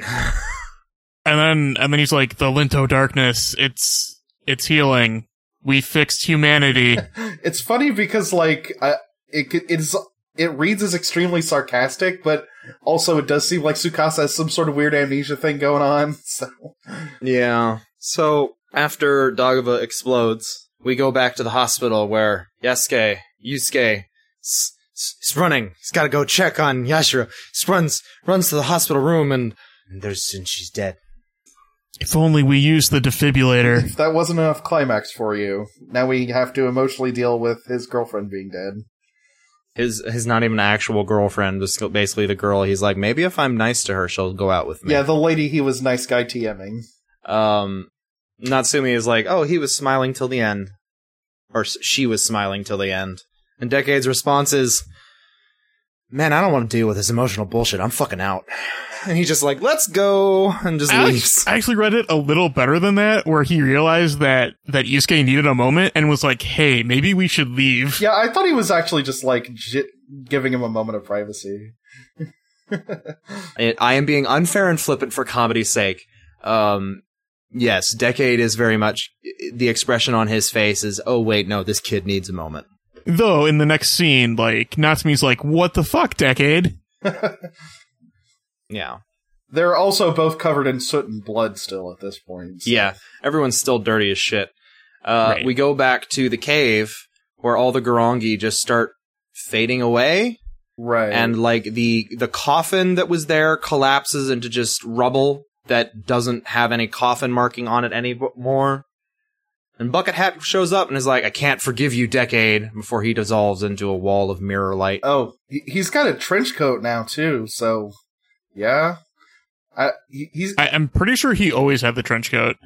C: And then and then he's like, the Linto darkness, it's it's healing. We fixed humanity.
B: It's funny because like uh, it c- it's it reads as extremely sarcastic, but also it does seem like Sukasa has some sort of weird amnesia thing going on. So
D: Yeah. So after Dagava explodes, we go back to the hospital where Yasuke, Yusuke, s- s- is running. He's got to go check on Yashiro. He runs, runs to the hospital room, and, and there's and she's dead.
C: if only we used the defibrillator.
B: if that wasn't enough climax for you, now we have to emotionally deal with his girlfriend being dead.
D: His his not even an actual girlfriend, just basically the girl. He's like, maybe if I'm nice to her, she'll go out with me.
B: Yeah, the lady he was nice guy TMing.
D: Um, Natsumi is like, oh, he was smiling till the end. Or s- she was smiling till the end. And Decade's response is, man, I don't want to deal with this emotional bullshit. I'm fucking out. And he just like, let's go, and just
C: I
D: leaves.
C: act- I actually read it a little better than that, where he realized that that Yusuke needed a moment and was like, "Hey, maybe we should leave."
B: Yeah, I thought he was actually just like j- giving him a moment of privacy.
D: It, I am being unfair and flippant for comedy's sake. Um, yes, Decade is very much, the expression on his face is, oh, wait, no, this kid needs a moment.
C: Though in the next scene, like Natsumi's like, "What the fuck, decade?"
D: Yeah.
B: They're also both covered in soot and blood still at this point. so-
D: Yeah, everyone's still dirty as shit. Uh,
C: Right.
D: We go back to the cave where all the Garangi just start fading away,
B: Right.
D: and like the the coffin that was there collapses into just rubble that doesn't have any coffin marking on it anymore. And Bucket Hat shows up and is like, "I can't forgive you, Decade." Before he dissolves into a wall of mirror light.
B: Oh, he- he's got a trench coat now too. So, yeah, I, he- he's
C: I, I'm pretty sure he always had the trench coat.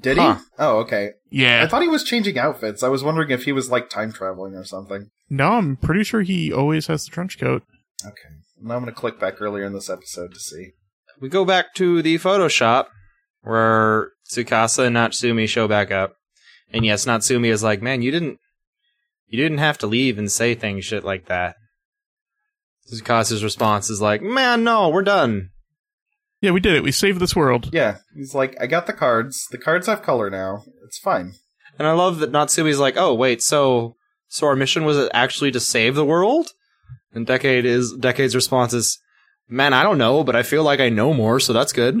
B: did
D: Huh.
B: he? Oh, okay. I
C: Yeah.
B: thought he was changing outfits. I was wondering if he was like time traveling or something.
C: No, I'm pretty sure he always has the trench coat.
B: Okay, now I'm gonna click back earlier in this episode to see.
D: we go back to the Photoshop where Tsukasa and Natsumi show back up. And yes, Natsumi is like, "Man, you didn't you didn't have to leave and say things shit like that." Tsukasa's response is like, "Man, no, we're done."
C: Yeah, we did it. We saved this world.
B: Yeah, he's like, I got the cards. The cards have color now. It's fine.
D: And I love that Natsumi's like, "Oh, wait, so so our mission was actually to save the world?" And Decade is Decade's response is, "Man, I don't know, but I feel like I know more, so that's good."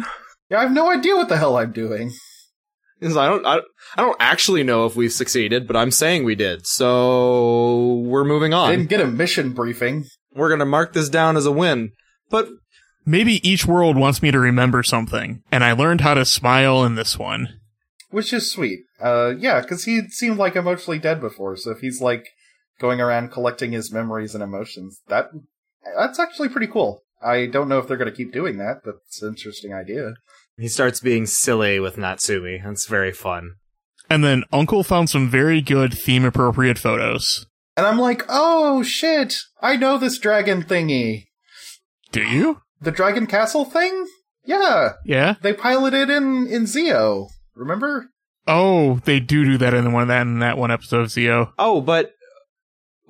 B: Yeah, I have no idea what the hell I'm doing.
D: He's like, I don't, I, I don't actually know if we've succeeded, but I'm saying we did. So we're moving on.
B: Didn't get a mission briefing.
D: we're gonna mark this down as a win. But
C: Maybe each world wants me to remember something, and I learned how to smile in this one.
B: which is sweet. Uh, yeah, because he seemed like emotionally dead before, so if he's like going around collecting his memories and emotions, that that's actually pretty cool. I don't know if they're going to keep doing that, but it's an interesting idea.
D: he starts being silly with Natsumi. That's very fun.
C: And then Uncle found some very good theme appropriate photos.
B: And I'm like, oh shit, I know this dragon thingy,
C: Do you?
B: the dragon castle thing. Yeah,
C: Yeah.
B: they piloted in in Zeo. Remember?
C: Oh, they do do that in the one that in that one episode of Zio.
D: Oh, but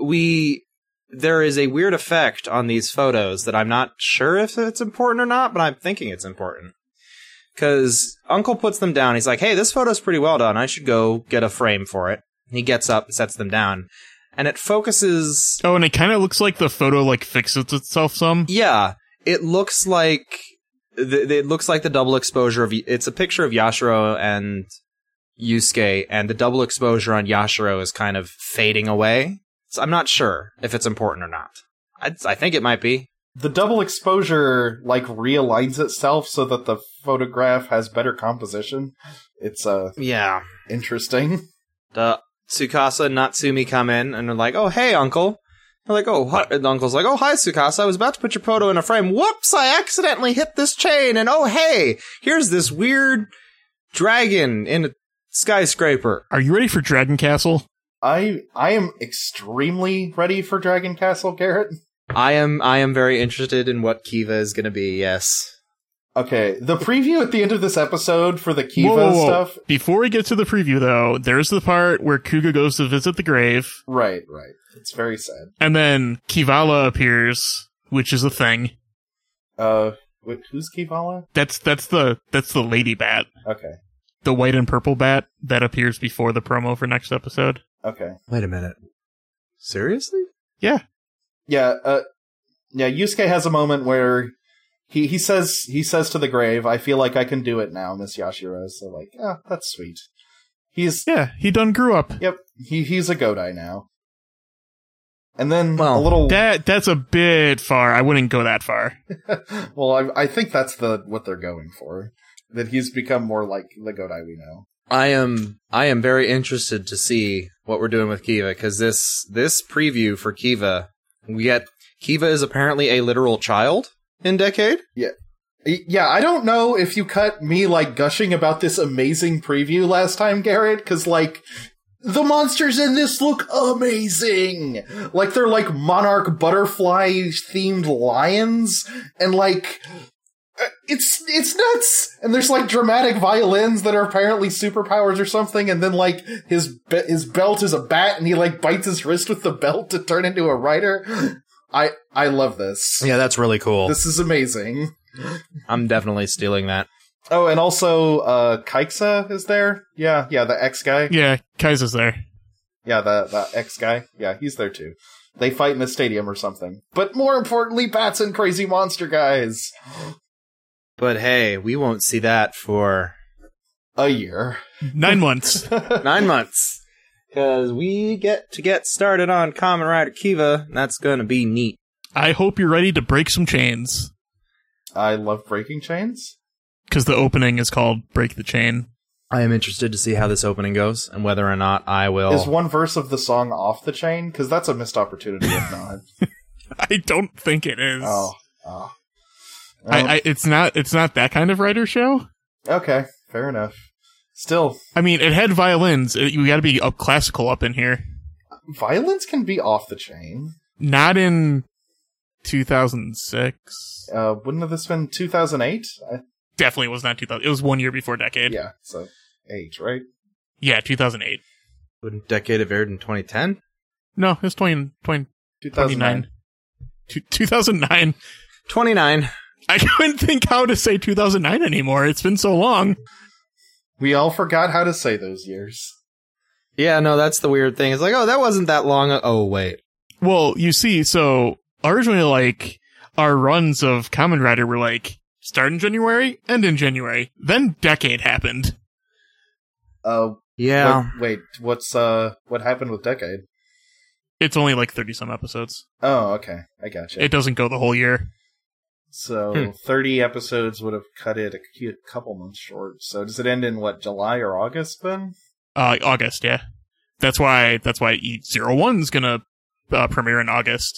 D: we there is a weird effect on these photos that I'm not sure if it's important or not, but I'm thinking it's important. Cause Uncle puts them down. He's like, "Hey, this photo's pretty well done. I should go get a frame for it." He gets up and sets them down, and it focuses
C: Oh, and it kind of looks like the photo like fixes itself some.
D: Yeah, it looks like th- it looks like the double exposure of it's a picture of Yashiro and Yusuke, and the double exposure on Yashiro is kind of fading away. So I'm not sure if it's important or not. I, I think it might be.
B: The double exposure like realigns itself so that the photograph has better composition. It's uh
D: Yeah.
B: interesting.
D: The Tsukasa and Natsumi come in and are like, "Oh, hey, uncle." They're like, "Oh, hi." And the uncle's like, "Oh, hi, Tsukasa. I was about to put your photo in a frame. Whoops! I accidentally hit this chain. And oh, hey, here's this weird dragon in a skyscraper."
C: Are you ready for Dragon Castle?
B: I I am extremely ready for Dragon Castle, Garrett.
D: I am I am very interested in what Kiva is going to be. Yes.
B: Okay, the preview at the end of this episode for the Kiva
C: Whoa, whoa, whoa.
B: stuff.
C: Before we get to the preview, though, there's the part where Kuga goes to visit the grave,
B: Right, right. It's very sad.
C: and then Kivala appears, which is a thing.
B: Uh, wait, who's Kivala?
C: That's that's the that's the lady bat,
B: Okay,
C: the white and purple bat that appears before the promo for next episode.
B: okay.
F: Wait a minute.
D: Seriously?
B: Yeah, uh, yeah. Yusuke has a moment where he he says he says to the grave, "I feel like I can do it now, Miss Yashiro." So like, yeah, that's sweet. He's
C: Yeah, he done grew up.
B: yep. He he's a Godai now. And then a
F: Well,
B: little
C: That that's a bit far. I wouldn't go that far.
B: well, I, I think that's the what they're going for. That he's become more like the Godai we know.
D: I am I am very interested to see what we're doing with Kiva because this this preview for Kiva we get Kiva is apparently a literal child in decade.
B: Y- Yeah, I don't know if you cut me like gushing about this amazing preview last time, Garrett, because like the monsters in this look amazing. Like they're like monarch butterfly themed lions, and like uh, it's it's nuts. And there's like dramatic violins that are apparently superpowers or something, and then like his be- his belt is a bat, and he like bites his wrist with the belt to turn into a rider. I I love this.
D: Yeah, that's really cool.
B: This is amazing.
D: I'm definitely stealing that.
B: Oh, and also uh Kaixa is there. Yeah, yeah, the ex guy.
C: Yeah, Kaiser's there.
B: Yeah, the the ex guy. Yeah, he's there too. They fight in a stadium or something. But more importantly, bats and crazy monster guys.
D: But hey, we won't see that for
B: A year.
C: Nine months.
D: nine months because we get to get started on Common Rider Kiva. And that's gonna be neat.
C: I hope you're ready to break some chains
B: I love breaking chains.
C: because the opening is called "Break the Chain."
D: I am interested to see how this opening goes and whether or not I
C: Oh.
D: will.
B: Is one verse of the song off the chain? Because that's a missed opportunity if not.
C: I don't think it is.
B: oh, oh. Um,
C: I, I, it's not. It's not that kind of writer show.
B: okay, fair enough. Still,
C: I mean, it had violins. It, you got to be up classical up in here.
B: violence can be off the chain.
C: Not in 2006.
B: Uh, wouldn't have this been 2008? I-
C: Definitely was not 2000. It was one year before decade.
B: Uh, Yeah, so age, right?
C: Yeah, 2008.
D: Wouldn't decade have aired in 2010?
C: No, it was 20, 20
B: 2009.
C: 29. Two- 2009.
D: 29.
C: I couldn't think how to say 2009 anymore. It's been so long.
B: We all forgot how to say those years.
D: Yeah, no, that's the weird thing. It's like, oh, that wasn't that long. a- Oh, wait.
C: Well, you see, so originally, like, our runs of Common Rider were like, start in January, end in January. Then decade happened.
B: Uh,
D: Yeah.
B: wait, wait, what's uh, what happened with Decade?
C: It's only like 30 some episodes.
B: Oh, okay, I gotcha.
C: It doesn't go the whole year.
B: so thirty episodes would have cut it a cu- couple months short. So does it end in what July or August then?
C: Uh, August, yeah. That's why, that's why E01 is gonna uh, premiere in August.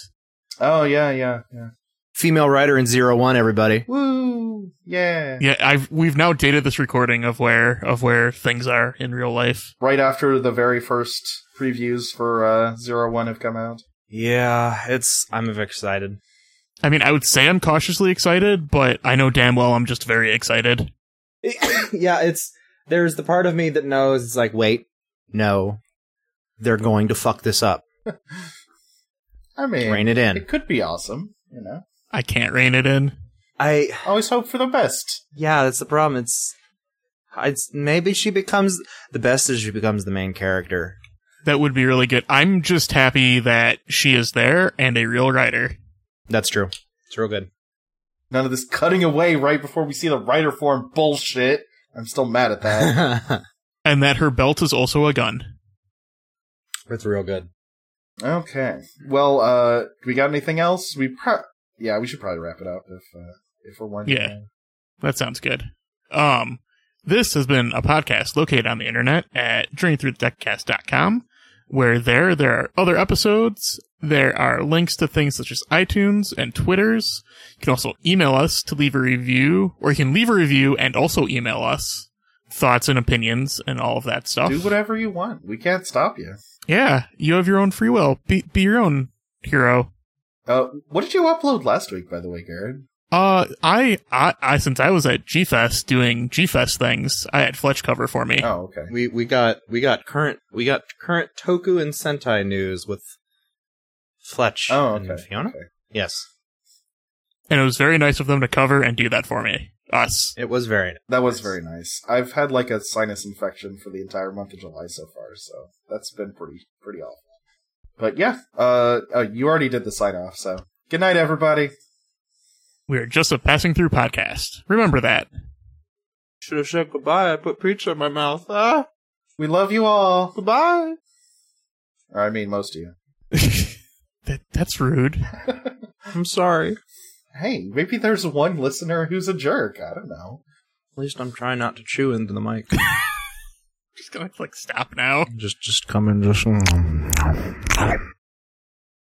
B: Oh yeah, yeah, yeah.
D: Female writer in zero one, everybody.
B: Woo, yeah.
C: Yeah, I've, we've now dated this recording of where, of where things are in real life.
B: Right after the very first previews for uh, Zero One have come out.
D: Yeah, it's. I'm excited.
C: I mean, I would say I'm cautiously excited, but I know damn well I'm just very excited.
D: yeah, it's. There's the part of me that knows it's like, wait, no. They're going to fuck this up.
B: I mean,
D: Rein it in.
B: it could be awesome. You know,
C: I can't rein it in.
D: I.
B: always hope for the best.
D: Yeah, that's the problem. It's. It's maybe she becomes the best is she becomes the main character.
C: That would be really good. I'm just happy that she is there and a real writer.
D: That's true. It's real good.
B: None of this cutting away right before we see the writer form bullshit. I'm still mad at that.
C: And that her belt is also a gun.
D: it's real good.
B: Okay. Well, uh, we got anything else? We pro- yeah, we should probably wrap it up if uh, if we're wondering.
C: Yeah. That sounds good. Um, this has been a podcast located on the internet at journeythroughthedeckcast.com, where there there are other episodes. There are links to things such as iTunes and Twitters. You can also email us to leave a review, or you can leave a review and also email us thoughts and opinions and all of that stuff.
B: Do whatever you want. We can't stop you.
C: Yeah, you have your own free will. Be be your own hero.
B: Uh, what did you upload last week, by the way, Garrett?
C: Uh, I, I, I, since I was at G Fest doing G Fest things, I had Fletch cover for me.
B: Oh, okay.
D: We we got we got current we got current Toku and Sentai news with Fletch
B: Oh,
D: and
B: okay,
D: Fiona.
B: okay.
D: Yes,
C: And it was very nice of them to cover and do that for me. Us.
D: it was very.
B: That was very nice. I've had like a sinus infection for the entire month of July so far, so that's been pretty pretty awful. But yeah, uh, uh you already did the sign off, so good night, everybody.
C: We are just a passing through podcast. Remember that.
D: Should have said goodbye. I put pizza in my mouth. Ah,
B: We love you all.
D: goodbye.
B: Or, I mean, most of you.
C: that that's rude.
D: I'm sorry.
B: Hey, maybe there's one listener who's a jerk. I don't know.
D: At least I'm trying not to chew into the mic.
C: just gonna like stop now.
D: just just come and just.